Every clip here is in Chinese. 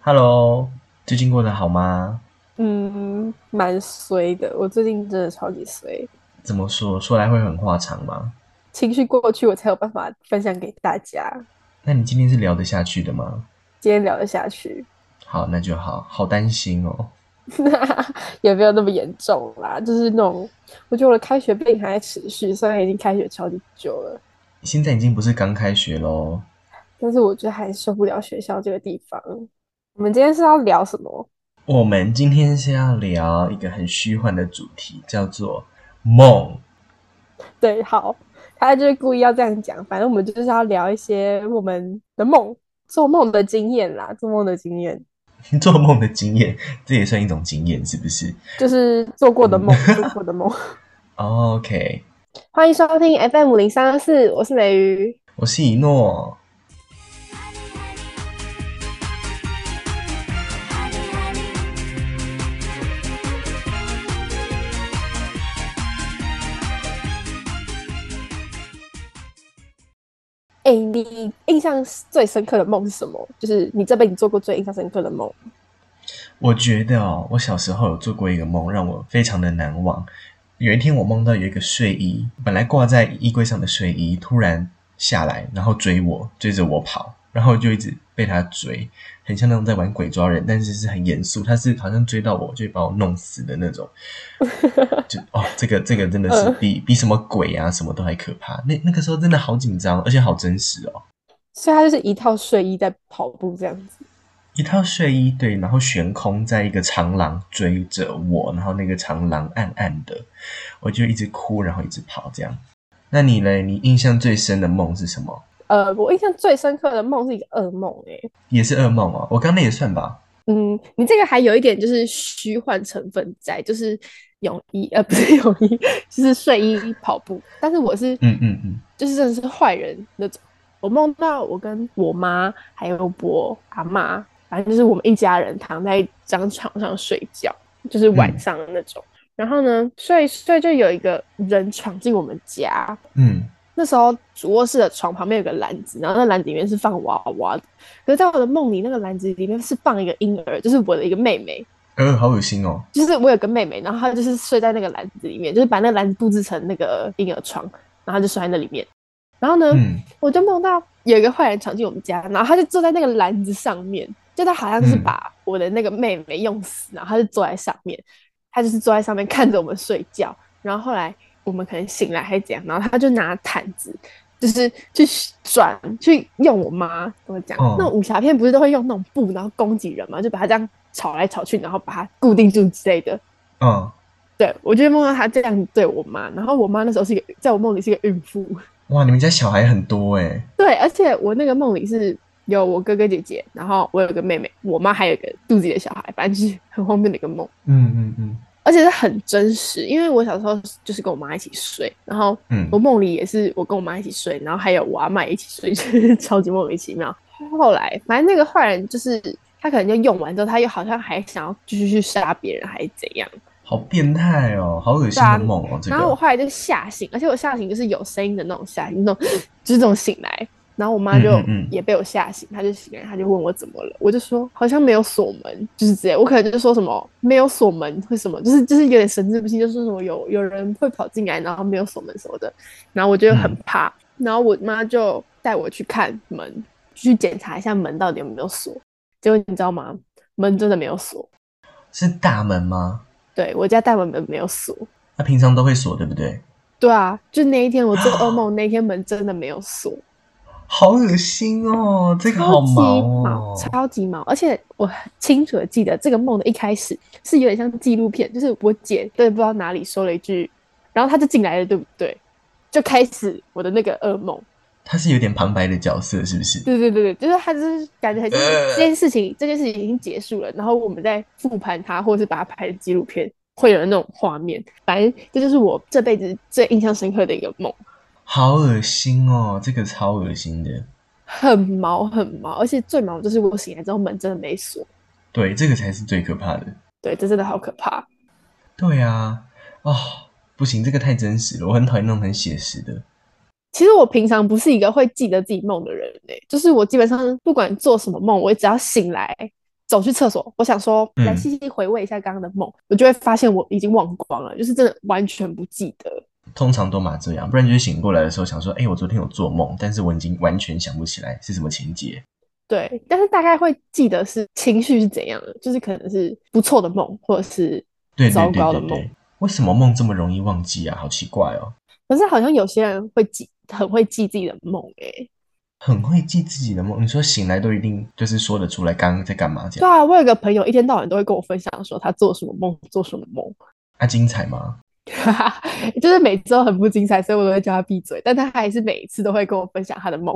Hello，最近过得好吗？嗯，蛮衰的。我最近真的超级衰，怎么说？说来会很话长吗？情绪过去我才有办法分享给大家。那你今天是聊得下去的吗？今天聊得下去， 好，那就好。好担心哦。也没有那么严重啦，就是那种，我觉得我的开学病还在持续，虽然已经开学超级久了，现在已经不是刚开学喽。但是我觉得还受不了学校这个地方。我们今天是要聊什么？我们今天是要聊一个很虚幻的主题，叫做梦。 对，好，他就是故意要这样讲，反正我们就是要聊一些我们的梦，做梦的经验啦，做梦的经验，做梦的经验，这也算一种经验，是不是就是做过的梦，做过的梦。 ？OK，欢迎收听 FM 零三二四，我是美鱼。我是一诺。哎、你印象最深刻的梦是什么？就是你这辈子做过最印象深刻的梦。我觉得哦，我小时候有做过一个梦，让我非常的难忘。有一天，我梦到有一个睡衣，本来挂在衣柜上的睡衣，突然下来，然后追我，追着我跑，然后就一直被他追，很像那种在玩鬼抓人，但是是很严肃，他是好像追到我就会把我弄死的那种。就哦，这个这个真的是嗯比、比什么鬼啊什么都还可怕。那那个时候真的好紧张，而且好真实哦。所以它就是一套睡衣在跑步这样子。一套睡衣对，然后悬空在一个长廊追着我，然后那个长廊暗暗的，我就一直哭，然后一直跑这样。那你嘞？你印象最深的梦是什么？呃，我印象最深刻的梦是一个噩梦、哎，也是噩梦哦，我刚那也算吧。嗯，你这个还有一点就是虚幻成分在，就是泳衣，呃，不是泳衣， 就是睡衣跑步。但是我是，嗯嗯嗯，就是真的是坏人那种。我梦到我跟我妈还有我阿妈，反正就是我们一家人躺在一张床上睡觉，就是晚上的那种。然后呢，睡睡就有一个人闯进我们家。嗯，那时候主卧室的床旁边有个篮子，然后那篮子里面是放娃娃的。可是在我的梦里，那个篮子里面是放一个婴儿，就是我的一个妹妹。呃，好恶心哦。就是我有个妹妹，然后她就是睡在那个篮子里面，就是把那个篮子布置成那个婴儿床，然后她就睡在那里面。然后呢，嗯我就梦到有一个坏人闯进我们家，然后他就坐在那个篮子上面，就他好像是嗯把我的那个妹妹用死，然后他就坐在上面，他就是坐在上面看着我们睡觉。然后后来我们可能醒来还是怎样，然后他就拿毯子。就是去转去用我妈怎么讲？哦那种武侠片不是都会用那种布，然后攻击人嘛，就把它这样吵来吵去，然后把它固定住之类的。嗯，对我就梦到他这样对我妈，然后我妈那时候是一个，在我梦里是一个孕妇，哇，你们家小孩很多欸诶。对，而且我那个梦里是有我哥哥姐姐，然后我有个妹妹，我妈还有一个肚子里的小孩，反正就是很荒谬的一个梦，嗯嗯嗯而且是很真实。因为我小时候就是跟我妈一起睡，然后我嗯，梦里也是我跟我妈一起睡，然后还有我阿妈也一起睡， 就是超级莫名其妙。后来反正那个坏人就是他可能就用完之后，他又好像还想要继续去杀别人，还是怎样。好变态哦，好恶心的梦哦，这然后啊我个。后来就吓醒，而且我吓醒就是有声音的那种吓醒，那种 就是这种醒来。然后我妈就嗯嗯嗯也被我吓醒，她就醒来，她就问我怎么了，我就说好像没有锁门，就是之类。我可能就说什么没有锁门会什么，就是就是有点神志不清，就说什么有有人会跑进来，然后没有锁门什么的。然后我就很嗯怕，然后我妈就带我去看门，去检查一下门到底有没有锁。结果你知道吗？门真的没有锁，是大门吗？对我家大门门没有锁。那平常都会锁，对不对？对啊，就那一天我啊做噩梦，那天门真的没有锁，好恶心哦，这个好超级毛哦。超级毛，而且我很清楚的记得这个梦的一开始是有点像纪录片，就是我姐对不知道哪里说了一句，然后她就进来了，对不对？就开始我的那个噩梦，他是有点旁白的角色，是不是？对对对对，就是她就是感觉很像呃这件事情，这件事情已经结束了，然后我们在复盘它，或者是把它拍成纪录片，会有那种画面，反正这就是我这辈子最印象深刻的一个梦。好恶心哦，这个超恶心的。很毛很毛，而且最毛就是我醒来之后门真的没锁，对，这个才是最可怕的。对，这真的好可怕。对啊，哦，不行，这个太真实了，我很讨厌那种很写实的。其实我平常不欸是一个会记得自己梦的人嘞、就是我基本上不管做什么梦，我只要醒来走去厕所，我想说嗯来细细回味一下刚刚的梦，我就会发现我已经忘光了，就是真的完全不记得。通常都嘛这样，不然就是醒过来的时候想说，哎、我昨天有做梦，但是我已经完全想不起来是什么情节。对，但是大概会记得是情绪是怎样的，就是可能是不错的梦，或者是对对糟对糕的对梦对。，为什么梦这么容易忘记啊？好奇怪哦，可是好像有些人会记，很会记自己的梦、欸，很会记自己的梦。你说醒来都一定就是说得出来刚刚在干嘛这对样，啊，我有个朋友一天到晚都会跟我分享说他做什么梦，做什么梦， 啊精彩吗？就是每次都很不精彩，所以我都会叫他闭嘴，但他还是每一次都会跟我分享他 的梦。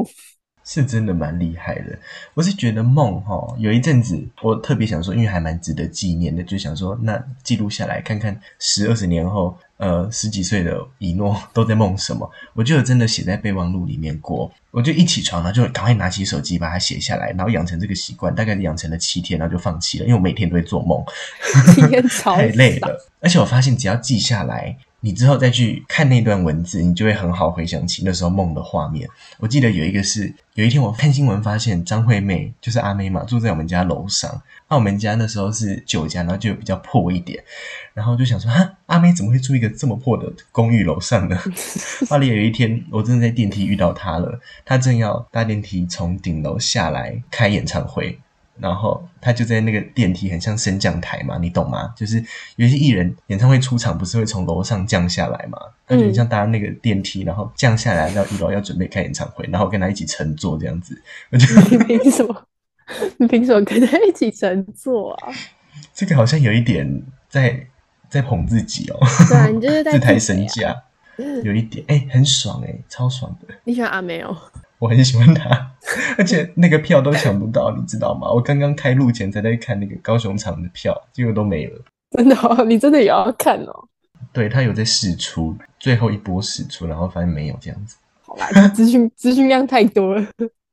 是真的蛮厉害的。我是觉得梦哈，有一阵子我特别想说，因为还蛮值得纪念的，就想说那记录下来看看十二十年后，呃十几岁的以诺 都在梦什么。我就有真的写在备忘录里面过。我就一起床，然后就赶快拿起手机把它写下来，然后养成这个习惯，大概养成了七天，然后就放弃了，因为我每天都会做梦，今天超太累少，了。而且我发现，只要记下来，你之后再去看那段文字，你就会很好回想起那时候梦的画面。我记得有一个是，有一天我看新闻发现张惠妹就是阿妹嘛，住在我们家楼上。啊那我们家那时候是旧家，然后就比较破一点，然后就想说，哈，阿妹怎么会住一个这么破的公寓楼上呢？后来有一天，我真的在电梯遇到她了，她正要搭电梯从顶楼下来开演唱会，然后他就在那个电梯，很像升降台嘛，你懂吗？就是有一些艺人演唱会出场，不是会从楼上降下来嘛？他就嗯很像搭那个电梯，然后降下来到一楼要准备开演唱会，然后跟他一起乘坐这样子。我觉得你凭什么？你凭什么跟他一起乘坐啊？ 这个好像有一点在在捧自己哦， 对啊，你就是在自抬自身肥啊价，有一点哎、很爽哎、超爽的。 你喜欢阿妹哦？我很喜欢他， 而且那个票都抢不到，你知道吗？我刚刚开录前才在看那个高雄场的票，结果都没了。真的哦，你真的也要看哦？对他有在试出最后一波试出，然后发现没有这样子。好吧，资讯资讯量太多了。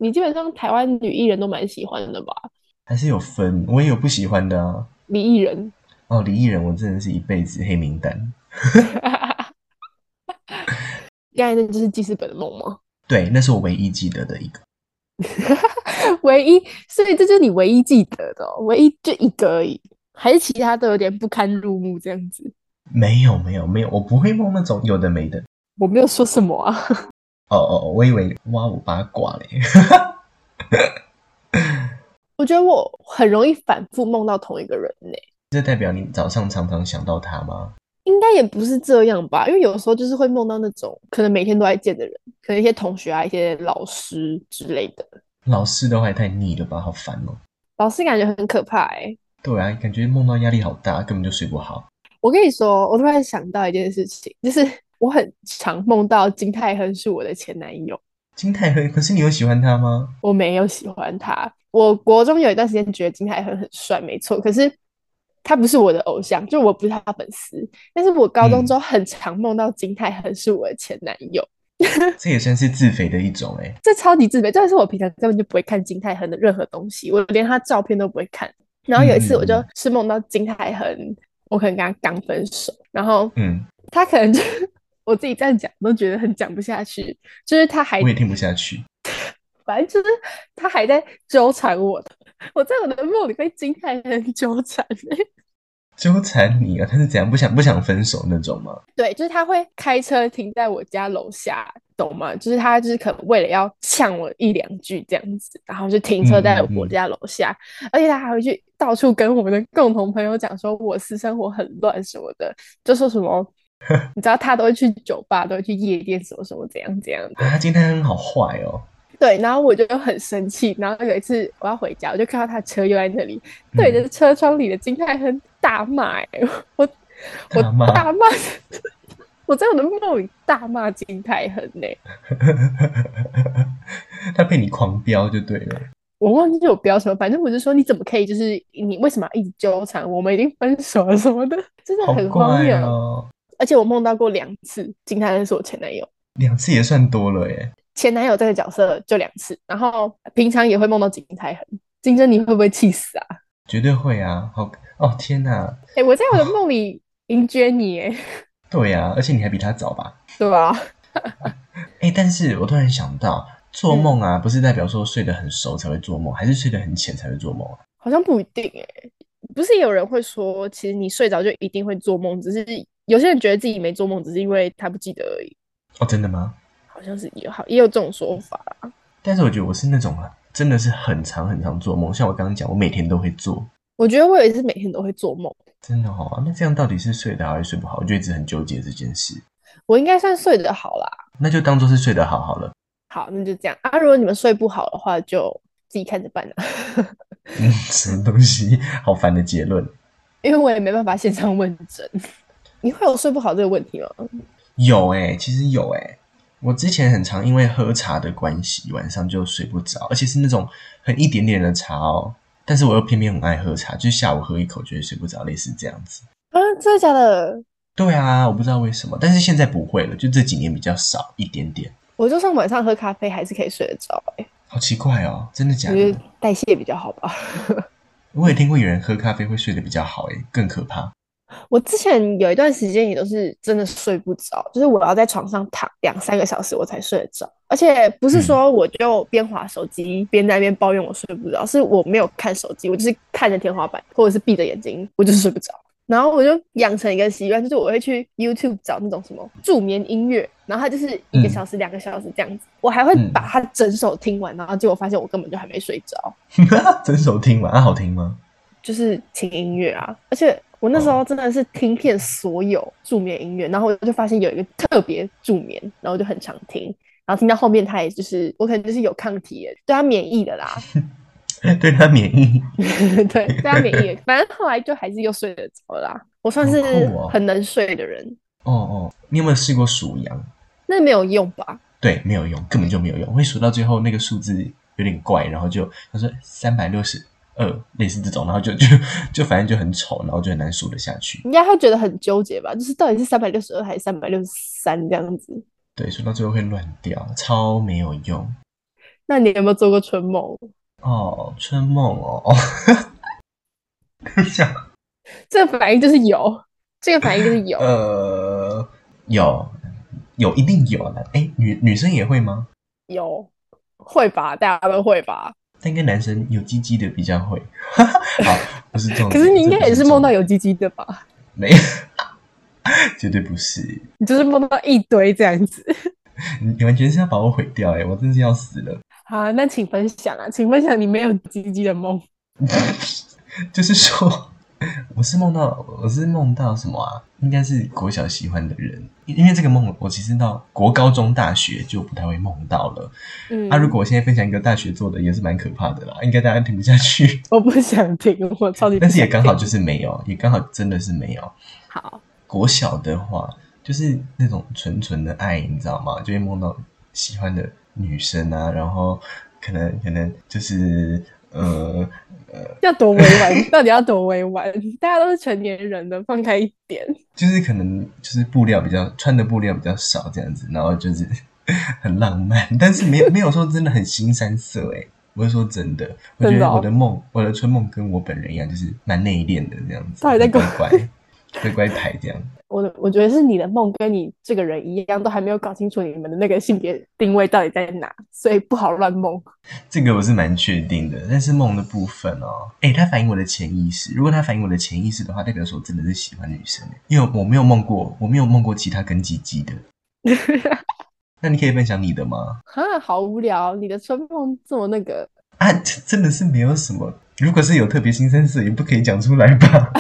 你基本上台湾女艺人都蛮喜欢的吧？还是有分，我也有不喜欢的啊。李艺人， 哦，李艺人，我真的是一辈子黑名单。刚才那就是记事本的梦吗？对，那是我唯一记得的一个。唯一，所以这就是你唯一记得的哦、唯一就一个而已，还是其他都有点不堪入目这样子？没有，没有，没有，我不会梦那种有的没的。我没有说什么啊， 哦哦，我以为挖我八卦嘞。 我觉得我很容易反复梦到同一个人呢、这代表你早上常常想到他吗？应该也不是这样吧，因为有时候就是会梦到那种可能每天都在见的人，可能一些同学啊、一些老师之类的。老师的话也太腻了吧，好烦哦。老师感觉很可怕哎、对啊，感觉梦到压力好大，根本就睡不好。我跟你说，我突然想到一件事情，就是我很常梦到金泰亨是我的前男友。金泰亨，可是你有喜欢他吗？我没有喜欢他。我国中有一段时间觉得金泰亨很帅，没错，可是他不是我的偶像，就我不是他的粉丝。但是我高嗯中之后很常梦到金泰亨是我的前男友，这也算是自肥的一种哎、这超级自卑。但是我平常根本就不会看金泰亨的任何东西，我连他照片都不会看。然后有一次，嗯我就是梦到金泰亨，我可能跟他刚分手，然后嗯，他可能就 我自己这样讲都觉得很讲不下去，就是他还我也听不下去。反正就是他还在纠缠我，我在我的梦里被金泰亨纠缠、欸纠缠你啊？他是怎样不想不想分手那种吗？ 对，就是他会开车停在我家楼下，懂吗？就是他就是可能为了要呛我一两句这样子，然后就停车在嗯嗯嗯我家楼下，而且他还会去到处跟我们的共同朋友讲说我私生活很乱什么的，就说什 么。你知道他都会去酒吧，都会去夜店，什么什么怎样怎样的。啊，金泰亨好坏哦。 对，然后我就很生气。然后有一次我要回家，我就看到他的车又在那里，嗯对着车窗里的金泰亨大骂、欸，我我大骂大骂， 我在我的梦里大骂金泰亨呢、他被你狂飙就对了。我忘记我标什么，反正我就说你怎么可以，就是你为什么要一直纠缠我？我们已经分手了什么的，真的好很荒怪谬。哦。而且我梦到过两次金泰亨是我前男友，两次也算多了耶。前男友这个角色就两次，然后平常也会梦到金泰亨。金珍，你会不会气死啊？绝对会啊。好哦，天哪，哎、我在我的梦里迎接你，哎，对啊，而且你还比他早吧？对吧？哎，但是我突然想到，做梦啊，不是代表说睡得很熟才会做梦，还是睡得很浅才会做梦啊？好像不一定哎、不是有人会说，其实你睡着就一定会做梦，只是有些人觉得自己没做梦，只是因为他不记得而已，哦，真的吗？好像是有好也有这种说法啦。但是我觉得我是那种真的是很常很常做梦，像我刚刚讲，我每天都会做，我觉得我有一次每天都会做梦，真的哦。那这样到底是睡得好还是睡不好？我就一直很纠结这件事。我应该算睡得好啦。那就当做是睡得好好了。好，那就这样啊。如果你们睡不好的话，就自己看着办啊啦，嗯，什么东西？好烦的结论。 因为我也没办法线上问诊。你会有睡不好这个问题吗？有诶、其实有诶、欸我之前很常因为喝茶的关系，晚上就睡不着，而且是那种很一点点的茶哦。但是我又偏偏很爱喝茶，就是下午喝一口就会睡不着，类似这样子。啊，真的假的？对啊，我不知道为什么，但是现在不会了，就这几年比较少一点点，我就算晚上喝咖啡还是可以睡得着、欸，好奇怪哦，真的假我觉得的？代谢比较好吧。我也听过有人喝咖啡会睡得比较好，诶，更可怕。 我之前有一段时间也都是真的睡不着，就是我要在床上躺两三个小时我才睡得着，而且不嗯是说我就边划手机边在那边抱怨我睡不着，是我没有看手机，我就是看着天花板或者是闭着眼睛，我就是睡不着。然后我就养成一个习惯，就是我会去 YouTube 找那种什么助眠音乐，然后它就是一嗯个小时、两个小时这样子，我还会嗯把它整首听完，然后结果发现我根本就还没睡着。整首听完，啊，好听吗？ 就是听音乐啊，而且我那时候真的是听遍所有助眠音乐，然后我就发现有一个特别助眠，然后我就很常听，然后听到后面它也就是我可能就是有抗体耶，对它免疫的啦，对他免疫，对，对它免疫的，反正后来就还是又睡得着啦。我算是好酷哦很能睡的人，哦哦，你有没有试过数羊？那没有用吧？对，没有用，根本就没有用，会数到最后那个数字有点怪，然后就他说三百六十二，类似这种，然后就就 就反正就很丑，然后就很难数得下去。应该会觉得很纠结吧？就是到底是三百六十二还是三百六十三这样子？对，数到最后会乱掉，超没有用那你有没有做过春梦？哦。春梦哦， 哦等一下，这个反应就是有，这个反应就是有。呃，有有一定有了，哎，女女生也会吗？有会吧，大家都会吧。但应该男生有鸡鸡的比较会。 好，不是重点。可是你应该嗯这不也是梦重到点有鸡鸡的吧？没有，绝对不是。你就是梦到一堆这样子。你你完全是要把我毁掉哎、我真是要死了。 好，那请分享啊，请分享你没有鸡鸡的梦。就是说，我是梦到我是梦到什么啊？应该是国小喜欢的人，因因为这个梦我其实到国高中大学就不太会梦到了。嗯，啊，如果我现在分享一个大学做的也是蛮可怕的啦，应该大家听不下去。 我不想听，我超级不想听。但是也刚好就是没有，也刚好真的是没有。好，国小的话，就是那种纯纯的爱，你知道吗？就会梦到喜欢的女生啊，然后可能可能就是呃呃， 要多委婉，到底要多委婉？大家都是成年人的，放开一点。就是可能就是布料比较穿的布料比较少这样子，然后就是很浪漫，但是没有没有说真的很新三色诶、我是说真的，我觉真的得哦我的梦，我的春梦跟我本人一样，就是蛮内敛的这样子，到底在乖跟乖乖乖牌这样。我的我觉得是你的梦跟你这个人一样，都还没有搞清楚你们的那个性别定位到底在哪，所以不好乱梦。这个我是蛮确定的，但是梦的部分哦，诶，它反映我的潜意识。如果它反映我的潜意识的话，代表说我真的是喜欢女生，因为我没有梦过，我没有梦过其他跟鸡鸡 的。那你可以分享你的吗？哈，好无聊，哦你的春梦这么那个，啊，这真的是没有什么。如果是有特别新生事，也不可以讲出来吧？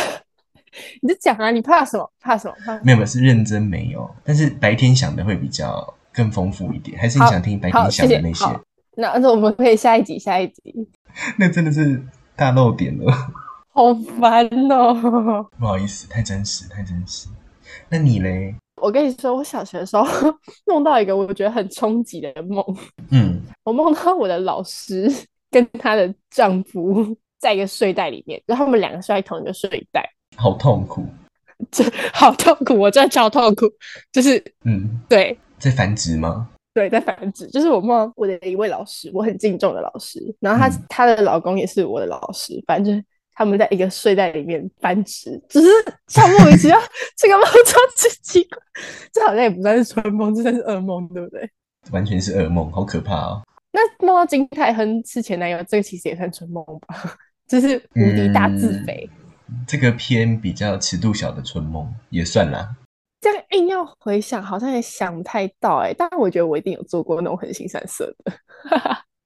你就讲啊，你怕什么？怕什么？怕什么？没有，没有，是认真没有。但是白天想的会比较更丰富一点，还是你好想听白好，天想谢谢。的那些？好，那那我们可以下一集，下一集。 那真的是大漏点了。好烦哦！不好意思，太真实，太真实。那你嘞？我跟你说，我小学的时候 梦到一个我觉得很冲击的梦，嗯，我梦到我的老师 跟她的丈夫 在一个睡袋里面，然后他们两个睡在同一个睡袋， 好痛苦。好痛苦，我真的超痛苦，就是嗯，对。在繁殖吗？对，在繁殖，就是我梦到我的一位老师，我很敬重的老师，然后她嗯她的老公也是我的老师，反正就是他们在一个睡袋里面繁殖，只是像莫名其妙， 这个梦超级奇怪，这好像也不算是春梦，这算是噩梦，对不对？完全是噩梦，好可怕哦！那梦到金泰亨是前男友，这个其实也算春梦吧？ 就是无敌大自肥。这个偏比较尺度小的春梦也算啦。这样硬要回想，好像也想不太到哎、但我觉得我一定有做过那种很形散色的，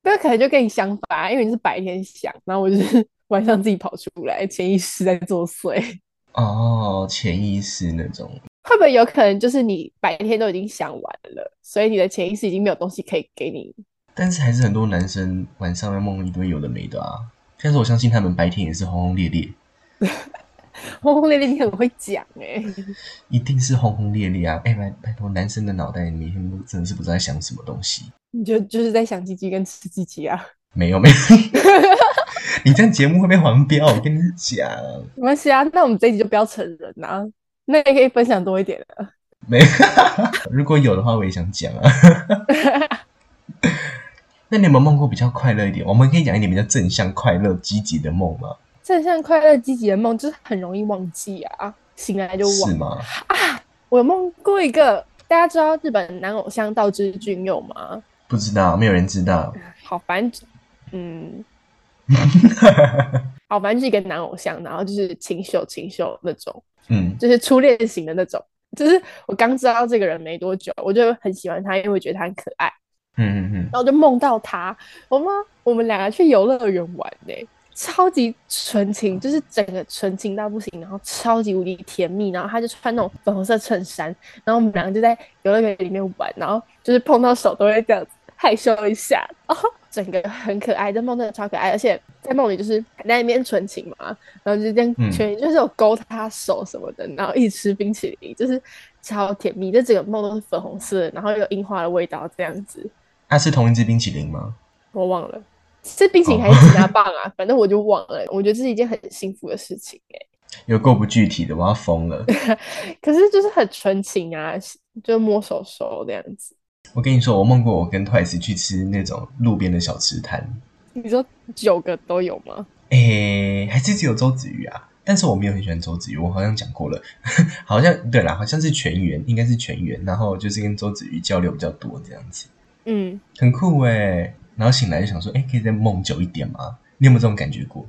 那可能就跟你相反，啊因为你是白天想，然后我就是 晚上自己跑出来，潜意识在作祟。 哦，潜意识那种，会不会有可能就是你白天都已经想完了，所以你的潜意识已经没有东西可以给你？但是还是很多男生晚上会梦一堆有的没的啊。但是我相信他们白天也是轰轰烈烈，轰轰烈烈，你很会讲哎、一定是轰轰烈烈啊！哎、拜拜托，男生的脑袋每天都真的是不知道在想什么东西。你就就是在想鸡鸡跟吃鸡鸡啊， 没有没 有，你这样节目会被黄标，我跟你讲，没关系啊，那我们这一集就不要成人啊，那也可以分享多一点了。没，如果有的话我也想讲啊。那你有没有梦过比较快乐一点？我们可以讲一点比较正向、快乐、积极的梦吗？正向、快乐、积极的梦，就是很容易忘记啊，醒来就忘是。吗？我有梦过一个，大家知道日本男偶像道之俊佑吗？不知道，没有人知道。好，反正嗯，好，反正就是一个男偶像，然后就是清秀清秀那种，嗯，就是初恋型的那种。就是我刚知道这个人没多久，我就很喜欢他，因为我觉得他很可爱。嗯嗯嗯，然后就梦到他，我妈我们两个去游乐园玩呢、超级纯嗯情，就是整个纯情到不行，然后超级无敌甜蜜，然后他就穿那种粉红色衬衫，然后我们两个就在游乐园里面玩，然后就是碰到手都会这样子害羞一下，然后整个很可爱，这梦真的超可爱，而且在梦里就是在那边纯情嘛，然后就这样嗯全就是有勾他手什么的，然后一起吃冰淇淋，就是超甜蜜，这整个梦都是粉红色的，然后有樱花的味道这样子。那、啊是同一只冰淇淋吗？我忘了是冰淇哦淋还是指甲棒啊，反正我就忘了。我觉得这是一件很幸福的事情哎、有够不具体的，我要疯了。可是就是很纯情啊，就摸手手这样子。我跟你说，我梦过我跟 Twice 去吃那种路边的小吃摊，你说九个都有吗？诶、还是只有周子瑜啊。但是我没有很喜欢周子瑜，我好像讲过了， 好像对啦，好像是全员，应该是全员，然后就是跟周子瑜交流比较多这样子，嗯，很酷诶、然后醒来就想说，诶、可以再梦久一点吗？你有没有这种感觉过？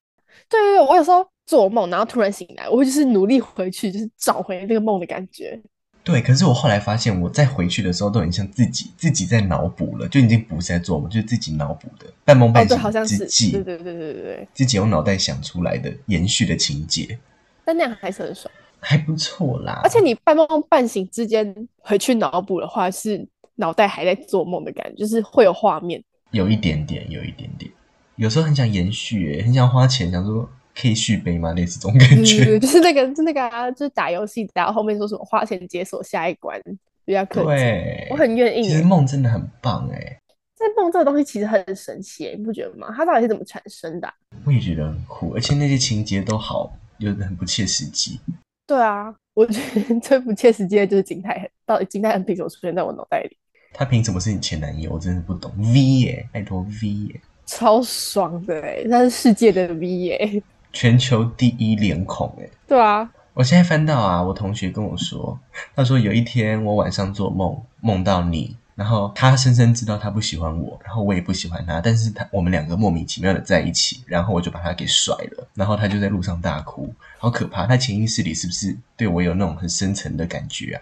对对对，我有时候做梦，然后突然醒来，我会就是努力回去，就是找回那个梦的感觉。对，可是我后来发现，我再回去的时候都很像自己自己在脑补了，就已经不是在做梦，就是自己脑补的，半梦哦，半对，醒好像是，之际，对对对对对对，自己用脑袋想出来的延续的情节，但那样还是很爽。还不错啦。而且你半梦半醒之间回去脑补的话，是脑袋还在做梦的感觉，就是会有画面。有一点点，有一点点，有时候很想延续、欸，很想花钱，想说可以续杯吗？类似这种感对觉。对，嗯就是那个，就那个啊，就是打游戏打到后面说什么花钱解锁下一关，比较氪金。对，我很愿意其耶实，梦真的很棒哎、但梦这个东西其实很神奇耶，你不觉得吗？它到底是怎么产生的啊、我也觉得很酷，而且那些情节都好，有的很不切实际。对啊，我觉得 最不切实际的就是金泰亨，到底金泰亨凭什么出现在我脑袋里？他凭什么是你前男友？我真的不懂。V 耶、拜托 V 耶、超爽的哎，他是世界的 V 耶，全球第一脸孔哎、对啊，我现在翻到啊，我同学跟我说， 他说有一天我晚上做梦，梦到你，然后他深深知道他不喜欢我，然后我也不喜欢他，但是他我们两个莫名其妙的在一起，然后我就把他给甩了，然后他就在路上大哭，好可怕！他潜意识里是不是对我有那种很深层的感觉啊？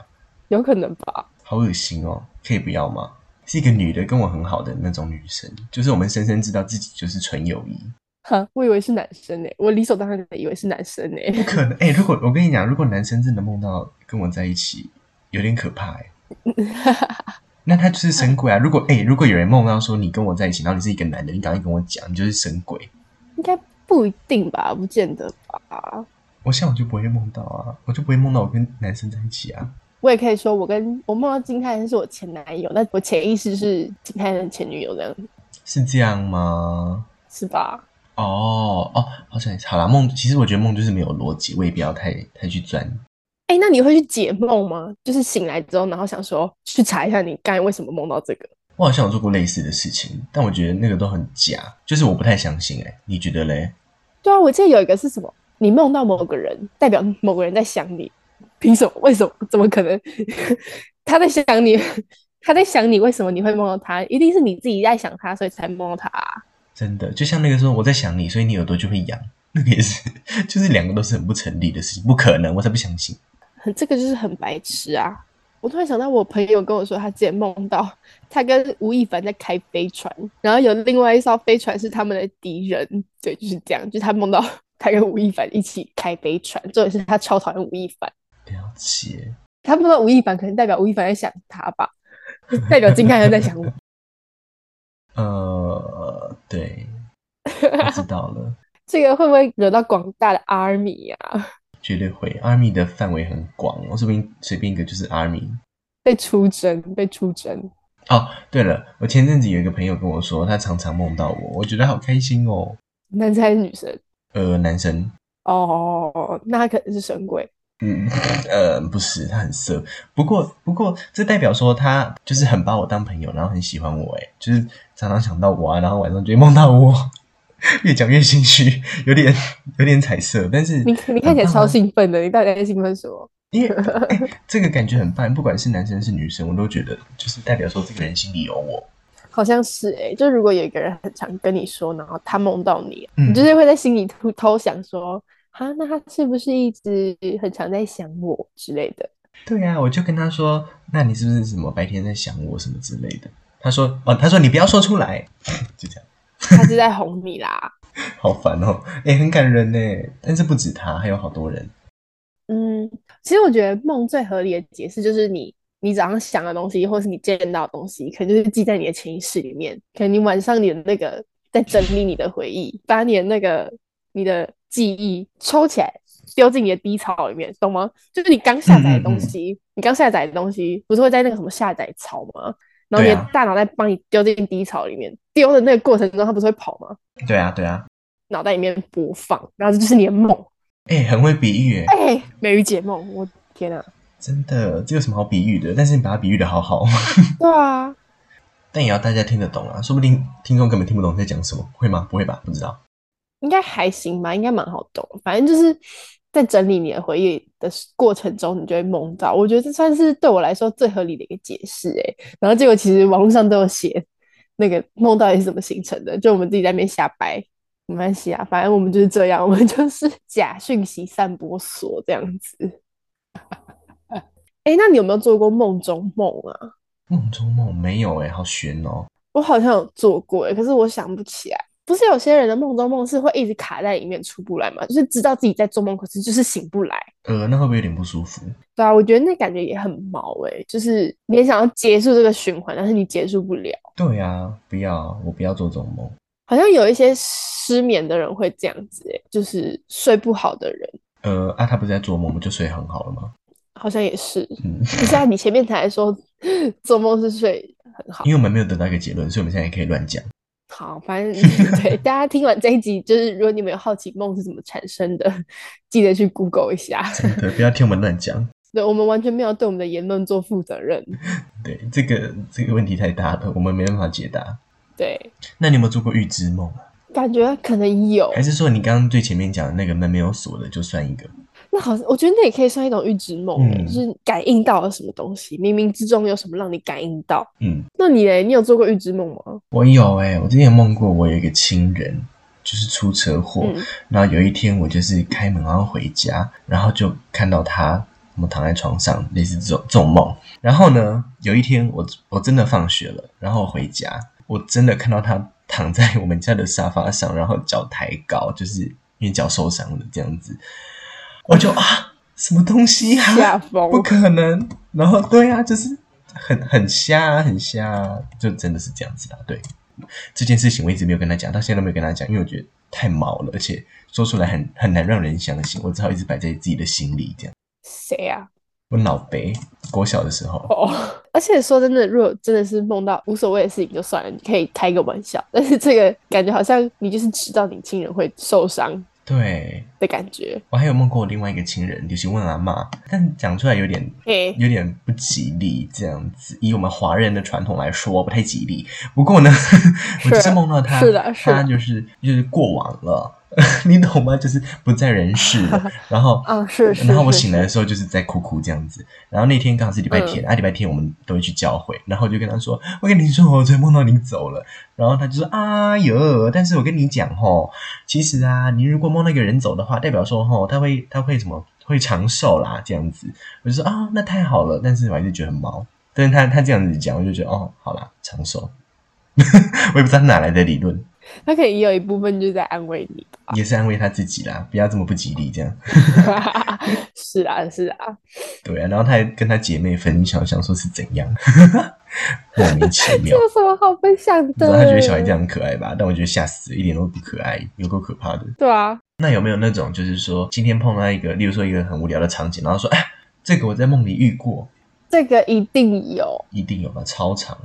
有可能吧？好恶心哦，可以不要吗？是一个女的跟我很好的那种女生，就是我们深深知道自己就是纯友谊，哈，我以为是男生呢，我理所当然的以为是男生呢。 不可能哎、如果我跟你讲，如果男生真的梦到跟我在一起，有点可怕哎、那他就是神鬼啊！如果哎、如果有人梦到说你跟我在一起，然后你是一个男的，你赶快跟我讲，你就是神鬼。应该不一定吧，不见得吧。我像我就不会梦到啊，我就不会梦到我跟男生在一起啊。我也可以说，我跟我梦到金泰恩是我前男友，那我潜意识是金泰恩的前女友，这样是这样吗？是吧？哦哦，好像也是好啦，梦其实我觉得梦就是没有逻辑，我也不要太太去钻。哎、那你会去解梦吗？就是醒来之后，然后想说去查一下你刚才为什么梦到这个？我好像有做过类似的事情，但我觉得那个都很假，就是我不太相信哎、你觉得嘞？对啊，我记得有一个是什么，你梦到某个人，代表某个人在想你，凭什么？为什么？怎么可能？ 他在想你， 他在想你，为什么你会梦到他？一定是你自己在想他，所以才梦到他啊、真的，就像那个时候我在想你，所以你耳朵就会痒。那个也是， 就是两个都是很不成立的事情，不可能，我才不相信。很这个就是很白痴啊！我突然想到，我朋友跟我说，他之前梦到他跟吴亦凡在开飞船，然后有另外一艘飞船是他们的敌人，对，就是这样，就是他梦到 他跟吴亦凡一起开飞船，重点是他超讨厌吴亦凡，了解，他梦到吴亦凡可能代表吴亦凡在想他吧，代表金凯恩在想我，呃，对，我知道了，这个会不会惹到广大的 army 啊？绝对会。Army 的范围很广，我这边随便一个就是 Army。被出征，被出征，哦，对了，我前阵子有一个朋友跟我说，他常常梦到我，我觉得好开心哦。男生还是女生？呃，男生，哦，那他可能是神鬼。嗯， 呃，不是，他很色。不过，不过，这代表说他就是很把我当朋友，然后很喜欢我，哎，就是常常想到我啊，然后晚上就会梦到我。越讲越心虚，有点有点彩色，但是你你看起很棒来啊超兴奋的，你到底在兴奋什么？因为、哎这个感觉很棒，不管是男生是女生，我都觉得就是代表说这个人心里有我。好像是哎、就如果有一个人很常跟你说，然后他梦到你，嗯你就是会在心里偷偷想说，啊，那他是不是一直很常在想我之类的？对呀、我就跟他说，那你是不是什么白天在想我什么之类的？他说哦，他说你不要说出来，就这样，他是在哄你啦。好烦哦，哎、很感人呢。但是不止他，还有好多人。嗯，其实我觉得梦最合理的解释就是你，你早上想的东西，或是你见到的东西，可能就是记在你的潜意识里面。可能你晚上你的那个在整理你的回忆，把你的那个你的记忆抽起来，丢进你的低槽里面，懂吗？就是你刚下载的嗯东西，你刚下载的东西不是会在那个什么下载槽吗？然后你对的啊大脑在帮你丢进低槽里面，丢的那个过程中，它不是会跑吗？对啊，对啊，脑袋里面播放，然后这就是你的梦。哎、很会比喻，哎，哎、美雨姐梦，我天啊！真的，这有什么好比喻的？但是你把它比喻的好好，对啊。但也要大家听得懂啊，说不定听众根本听不懂在讲什么，会吗？不会吧？不知道。应该还行吧，应该蛮好懂。反正就是在整理你的回忆的时过程中，你就会梦到。我觉得这算是对我来说最合理的一个解释诶。然后结果其实网络上都有写那个梦到底是怎么形成的，就我们自己在那边瞎掰，没关系啊，反正我们就是这样，我们就是假讯息散播所这样子。 哎、那你有没有做过梦中梦啊？梦中梦没有哎、好悬哦。我好像有做过欸，可是我想不起来。不是有些人的梦中梦是会一直卡在里面出不来嘛？就是知道自己在做梦，可是就是醒不来。呃，那会不会有点不舒服？对啊，我觉得那感觉也很毛诶、就是你也想要结束这个循环，但是你结束不了。对啊，不要，我不要做这种梦。好像有一些失眠的人会这样子诶、就是睡不好的人呃，啊，他不是在做梦，不就睡很好了吗？好像也是。嗯，可是啊，你前面才说 做梦是睡很好因，为我们没有得到一个结论，所以我们现在也可以乱讲。 好，反正 对大家听完这一集，就是如果你们有好奇梦是怎么产生的，记得去 Google 一下。对，不要听我们乱讲。对，我们完全没有对我们的言论做负责任。对，这个这个问题太大了，我们没办法解答。对，那你有没有做过预知梦啊？感觉可能有，还是说你刚刚最前面讲的那个门没有锁的就算一个？那好像我觉得那也可以算一种预知梦欸，嗯就是感应到了什么东西，冥冥之中有什么让你感应到。嗯，那你嘞，你有做过预知梦吗？我有哎、我之前有梦过，我有一个亲人就是出车祸，嗯，然后有一天我就是开门然后回家，然后就看到他我们躺在床上，类似这种这种梦。然后呢，有一天我我真的放学了，然后我回家，我真的看到他躺在我们家的沙发上，然后脚抬高，就是因为脚受伤了这样子，我就啊，什么东西呀、吓啊？疯，不可能！然后对啊，就是很很瞎、啊，很瞎、啊，就真的是这样子啦。对这件事情，我一直没有跟他讲，到现在都没有跟他讲，因为我觉得太毛了，而且说出来很很难让人相信，我只好一直摆在自己的心里。这样，谁啊？我老北国小的时候，哦， 而且说真的，如果真的是梦到无所谓的事情就算了，你可以开个玩笑，但是这个感觉好像你就是知道你亲人会受伤对的感觉。我还有梦过我另外一个亲人，就是问阿妈，但讲出来有点嘿，有点不吉利，这样子，以我们华人的传统来说，不太 吉利。不过呢，我就是梦到他，是的是的他就是就是过往了， 你懂吗？就是不在人世 了。然后，嗯是是然后我是醒来的时候就是在哭哭这样子。然后那天刚好是礼拜天，啊，礼拜天我们都会去教会，然后我就跟他说：“我跟你说，我昨天梦到你走了。”然后他就说：“啊哟，但是我跟你讲吼，其实啊，你如果梦到一个人走的话，代表说吼，他会他会什么会长寿啦这样子。”我就说：“啊，那太好了。”但是我还是觉得很毛。但是他他这样子讲，我就觉得哦，好啦，长寿。 我也不知道他哪来的理论，他可能也有一部分就是在安慰你 吧。也是安慰他自己啦，不要这么不吉利这样。是啊，是啊，对啊，然后他还跟他姐妹分享，想说是怎样， 莫名其这妙。有什么好分享不知的？道他觉得小孩这样很可爱吧？但我觉得吓死了，一点都不可爱，有够可怕的。对啊，那有没有那种就是说，今天碰到一个，例如说一个很无聊的场景，然后说，哎，这个我在梦里遇过，这个一定有，一定有吧？超长，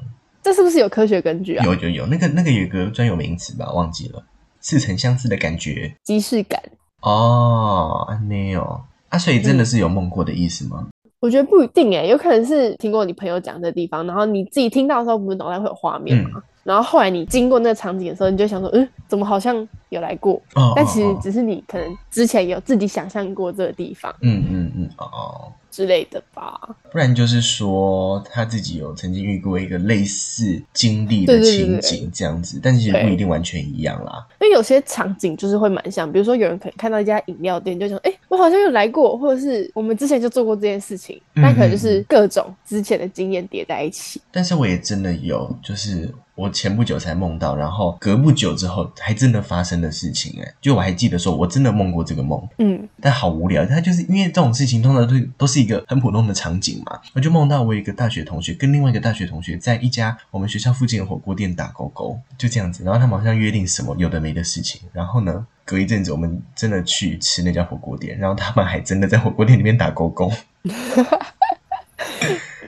这是不是有科学根据啊？有有有，那个那个有个专有名词吧，忘记了，似曾相识的感觉即视感，哦，啊没有啊，所以真的是有梦过的意思吗？我觉得不一定哎、有可能是听过你朋友讲的地方，然后你自己听到的时候，不是脑袋会有画面嗯吗？然后后来你经过那个场景的时候，你就想说，嗯，怎么好像有来过？哦，嗯但其哦实哦只是你可能之前有自己想象过这个地方嗯嗯嗯，哦哦。之类的吧。不然就是说他自己有曾经遇过一个类似经历的对对对情对景这样子，但其实不对一定完全一样啦。因为有些场景就是会蛮像，比如说有人可能看到一家饮料店，就想，哎、我好像有来过，或者是我们之前就做过这件事情，嗯那可能就是各种之前的经验叠在一起。但是我也真的有，就是我前不久才梦到，然后隔不久之后还真的发生的事情、欸，哎，就我还记得说我真的梦过这个梦，嗯，但好无聊。他就是因为这种事情通常都都是一个很普通的场景嘛，我就梦到我有一个大学同学跟另外一个大学同学在一家我们学校附近的火锅店打勾勾，就这样子。然后他们好像约定什么有的没的事情，然后呢，隔一阵子我们真的去吃那家火锅店，然后他们还真的在火锅店里面打勾勾。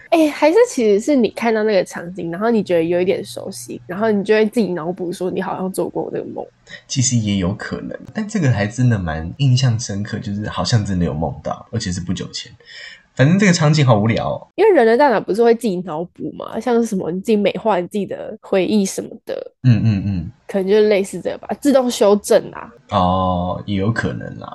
哎、还是其实是你看到那个场景，然后你觉得有一点熟悉，然后你就会自己脑补说你好像做过那个梦。其实也有可能，但这个还真的蛮印象深刻，就是好像真的有梦到，而且是不久前。反正这个场景好无聊、哦，因为人的大脑不是会自己脑补嘛，像是什么你自己美化你自己的回忆什么的，嗯嗯嗯，可能就是类似这个吧，自动修正啊。哦，也有可能啦。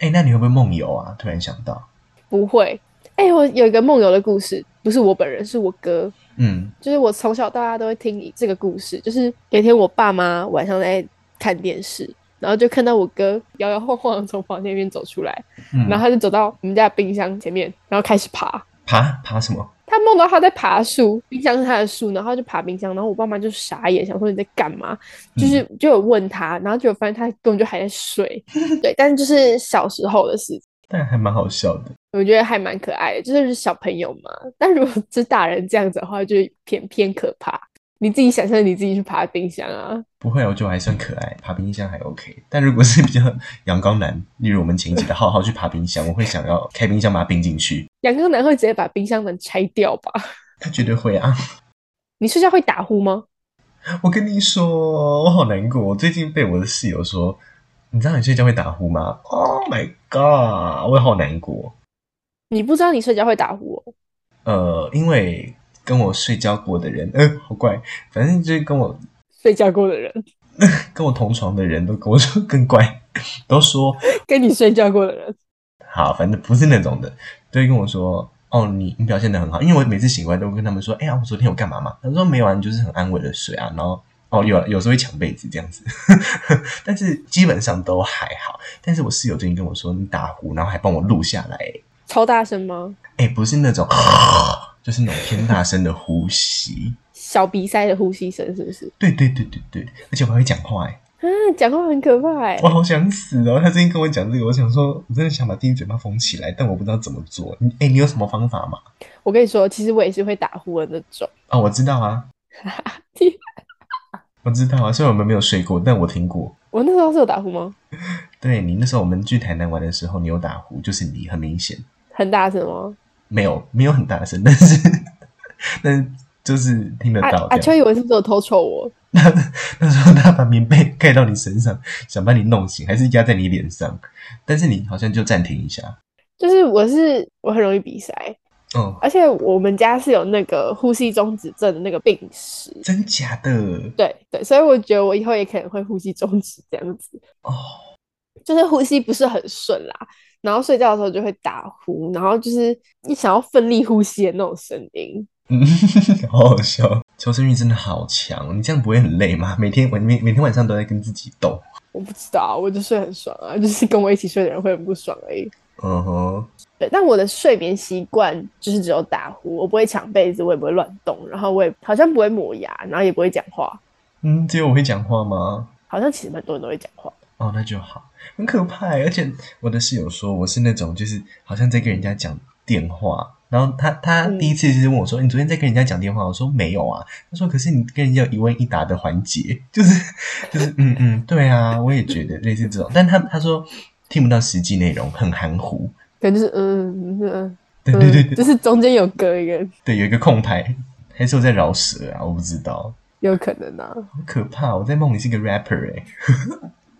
哎，那你会不会梦游啊？突然想到，不会，哎、我有一个梦游的故事，不是我本人，是我哥。嗯就是我从小到大都会听这个故事，就是有一天我爸妈晚上在看电视，然后就看到我哥摇摇晃晃地从房间里面走出来，嗯，然后他就走到我们家的冰箱前面，然后开始爬。爬爬什么？他梦到他在爬树，冰箱是他的树，然后他就爬冰箱，然后我爸妈就傻眼，想说你在干嘛？就是就有问他，然后就发现他根本就还在睡。对，但是就是小时候的事情，但还蛮好笑的。我觉得还蛮可爱的，就是小朋友嘛。但如果 是大人这样子的话，就偏偏可怕。你自己想象你自己去爬冰箱啊，不会，我觉得我还算可爱，爬冰箱还 OK。但如果是比较阳刚男，例如我们前几的浩浩去爬冰箱，我会想要开冰箱把它冰进去。阳光男会直接把冰箱门拆掉吧？ 他绝对会啊！你睡觉会打呼吗？我跟你说，我好难过。我最近被我的室友说，你知道你睡觉会打呼吗？Oh my god！我也好难过。你不知道你睡觉会打呼、哦，呃，因为跟我睡觉过的人，嗯、好怪，反正就是跟我睡觉过的人， 跟我同床的人都跟我说更怪，都说跟你睡觉过的人，好，反正不是那种的，都会跟我说，哦，你你表现的很好，因为我每次醒过来都会跟他们说，哎呀，我昨天有干嘛嘛？他们说没有啊，你就是很安稳的睡啊，然后。哦，有啊有时候会抢被子这样子， 但是基本上都还好。但是我室友最近跟我说，你打呼，然后还帮我录下来。超大声吗？哎，不是那种， 就是那种偏大声的呼吸。小鼻塞的呼吸声是不是？对对对对对，而且我还会讲话哎，啊，讲话很可怕哎、我好想死哦！他最近跟我讲这个，我想说，我真的想把自己嘴巴封起来，但我不知道怎么做。你哎，你有什么方法吗？我跟你说，其实我也是会打呼的那种。 哦，我知道啊，我知道啊，虽然我们没有睡过，但我听过。我那时候是有打呼吗？对你那时候我们去台南玩的时候，你有打呼，就是你很明显很大声吗？没有没有很大声，但是 但是就是听得阿到阿这啊秋样。以为是不是有偷瞅我？ 那时候他把棉被盖到你身上，想把你弄醒，还是压在你脸上，但是你好像就暂停一下。就是我是我很容易鼻塞，哦，而且我们家是有那个呼吸中止症的那个病史，真假的 对对，所以我觉得我以后也可能会呼吸中止这样子。哦， 就是呼吸不是很顺啦，然后睡觉的时候就会打呼，然后就是你想要奋力呼吸的那种声音。嗯，好好笑，求生欲真的好强，你这样不会很累吗？每天晚每每天晚上都在跟自己斗，我不知道，我就睡很爽啊，就是跟我一起睡的人会很不爽而已。嗯哼，对，但我的睡眠习惯就是只有打呼，我不会抢被子，我也不会乱动，然后我也好像不会磨牙，然后也不会讲话，嗯，只有我会讲话吗？好像其实蛮多人都会讲话。哦，那就好，很可怕欸。而且我的室友说我是那种，就是好像在跟人家讲电话。然后他他嗯第一次就是问我说：“你昨天在跟人家讲电话？”我说：“没有啊。”他说：“可是你跟人家有一问一答的环节，就是就是嗯嗯，对啊，我也觉得类似这种。”但他他说听不到实际内容，很含糊。可能就是嗯嗯嗯对对对 嗯，就对是中间有隔一个，对，有一个空台，还是我在饶舌啊？我不知道，有可能啊。好可怕！我在梦里是个 rapper 哎、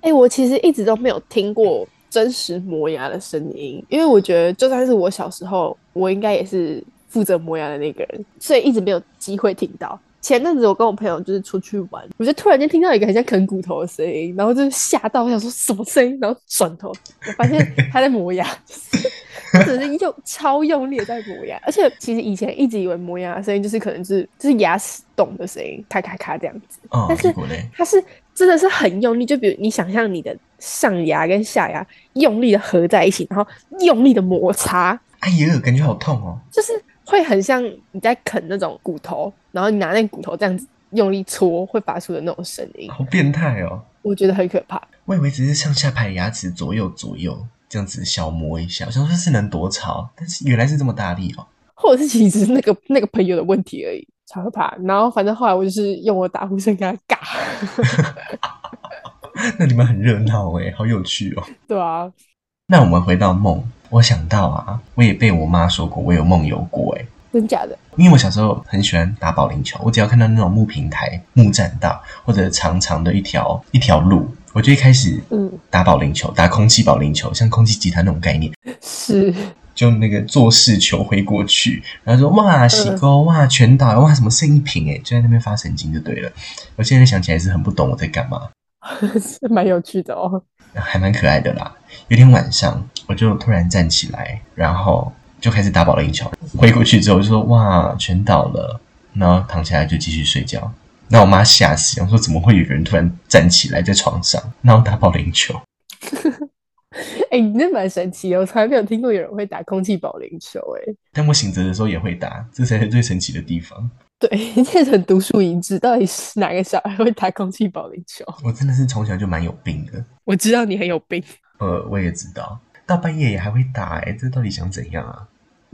哎、我其实一直都没有听过真实磨牙的声音，因为我觉得就算是我小时候，我应该也是负责磨牙的那个人，所以一直没有机会听到。前阵子我跟我朋友就是出去玩，我就突然间听到一个很像啃骨头的声音，然后就吓到，我想说什么声音，然后转头， 我发现他在磨牙，就是他只是用超用力的在磨牙，而且其实以前一直以为磨牙的声音就是可能、就是就是牙齿动的声音，咔咔咔这样子。哦，但是结果嘞，它是真的是很用力，就比如你想象你的上牙跟下牙用力的合在一起，然后用力的摩擦，哎呀，感觉好痛哦。就是会很像你在啃那种骨头，然后你拿那个骨头这样子用力搓，会发出的那种声音，好变态哦！我觉得很可怕。我以为只是上下排牙齿左右左右这样子小磨一下，我想说是能多吵，但是原来是这么大力哦。 或者是其实只是那个那个朋友的问题而已，超可怕。然后反正后来我就是用我打呼声跟他尬，那你们很热闹诶，好有趣哦。对啊，那我们回到梦，我想到啊，我也被我妈说过，我有梦游过诶。真假的？因为我小时候很喜欢打保龄球，我只要看到那种木平台、木栈道或者长长的一条一条路，我就一开始嗯，打保龄球，打空气保龄球，像空气吉他那种概念。是， 就那个做事球挥过去，然后说哇洗钩哇全倒哇什么剩一瓶哎，就在那边发神经就对了。我现在想起来是很不懂我在干嘛，是蛮有趣的哦。还蛮可爱的啦。有一天晚上，我就突然站起来，然后就开始打保龄球，挥过去之后就说哇全倒了，然后躺下来就继续睡觉。那我妈吓死，想说怎么会有人突然站起来在床上，然后打保龄球？哎、你这蛮神奇的，我从来没有听过有人会打空气保龄球、哎，但我醒着的时候也会打，这才是最神奇的地方。 对，这很独树一帜。到底是哪个小孩会打空气保龄球？我真的是从小就蛮有病的。我知道你很有病，呃，我也知道，大半夜也还会打、欸，这到底想怎样啊？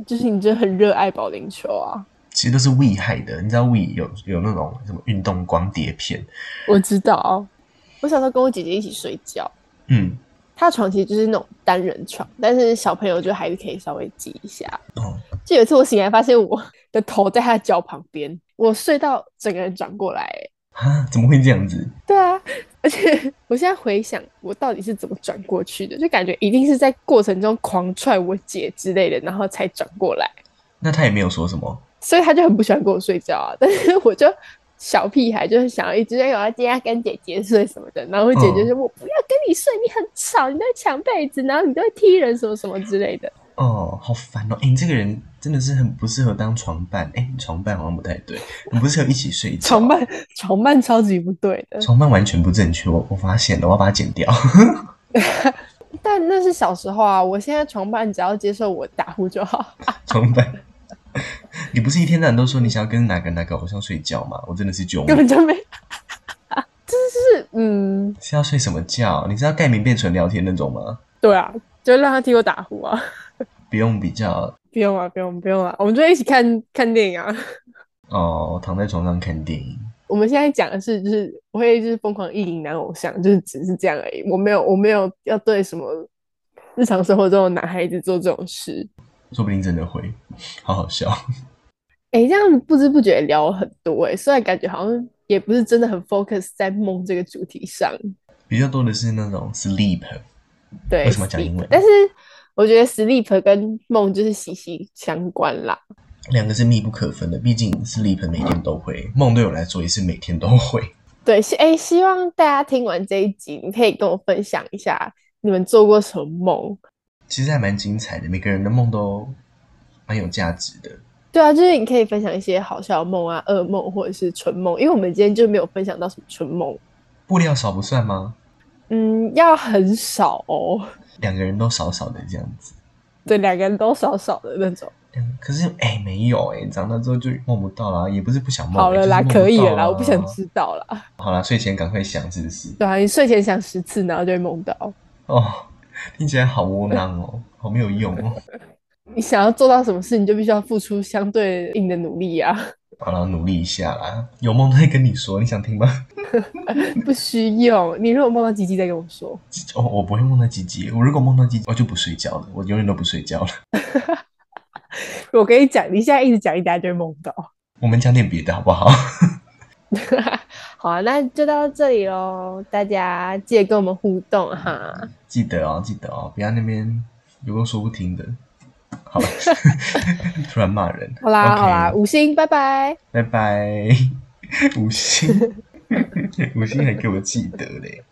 就是你真的很热爱保龄球啊！其实都是 We 害的，你知道 We 有有那种什么运动光碟片，我知道，我小时候跟我姐姐一起睡觉，嗯，她的床其实就是那种单人床，但是小朋友就还是可以稍微挤一下。哦，就有一次我醒来发现我的头在她的脚旁边，我睡到整个人转过来、哎哈，怎么会这样子？对啊，而且我现在回想，我到底是怎么转过去的，就感觉一定是在过程中狂踹我姐之类的，然后才转过来。那他也没有说什么，所以他就很不喜欢跟我睡觉啊。 但是我就小屁孩，就是想要一直哎我要今天要跟姐姐睡什么的，然后我姐姐就说、我不要跟你睡，你很吵，你都会抢被子，然后你都会踢人什么什么之类的。哦，好烦哦，哎、你这个人真的是很不适合当床伴，哎、床伴好像不太对，很不适合一起睡觉，床伴床伴超级不对的，床伴完全不正确，我我发现了，我要把它剪掉。 但那是小时候啊，我现在床伴只要接受我打呼就好。 床伴，你不是一天到晚都说你想要跟哪个哪个偶像睡觉吗？我真的是救根命，本就 没，就是嗯，是要睡什么觉？你是要盖棉被纯聊天那种吗？对啊，就让他替我打呼啊， 不用比较不用啊，不用不用啊，我们就一起看看电影啊。哦，躺在床上看电影。我们现在讲的是，就是我会就是疯狂意淫男偶像，就是只是这样而已，我没有我没有要对什么日常生活中的男孩子做这种事。说不定真的会，好好笑。 哎、这样不知不觉聊了很多哎、虽然感觉好像也不是真的很 focus 在梦这个主题上，比较多的是那种 sleep，对，为什么要讲英文 sleep 但是我觉得 sleep 跟梦就是息息相关啦。两个是密不可分的。毕竟 sleep 每天都会，梦对我来说也是每天都会。 对，希哎，希望大家听完这一集，你可以跟我分享一下你们做过什么梦？其实还蛮精彩的，每个人的梦都蛮有价值的。对啊，就是你可以分享一些好笑的梦啊、噩梦或者是春梦，因为我们今天就没有分享到什么春梦，布料少不算吗？嗯，要很少哦，两个人都少少的这样子。对，两个人都少少的那种。两可是哎、没有哎、长大之后就梦不到啦，也不是不想梦、好了啦，就是梦可以了到啦，啊我不想知道啦。好啦，睡前赶快想是不是？对啊，你睡前想十次，然后就会梦到。哦，听起来好窝囊哦，好没有用哦。你想要做到什么事，你就必须要付出相对应的努力啊， 好了，努力一下啦，有梦都会跟你说，你想听吗？ 不需用。你如果梦到吉吉，再跟我说。哦，我不会梦到鸡鸡，我如果梦到鸡鸡，我就不睡觉了，我永远都不睡觉了。我跟你讲，你现在一直讲，一大就会梦到。 我们讲点别的好不好？ 好啊，那就到这里喽，大家记得跟我们互动哈。记得哦，记得哦，不要那边有个说不听的。 好了， 突然骂人。好啦 OK，好啦，五星，拜拜。 拜拜。五星，五星还给我记得嘞。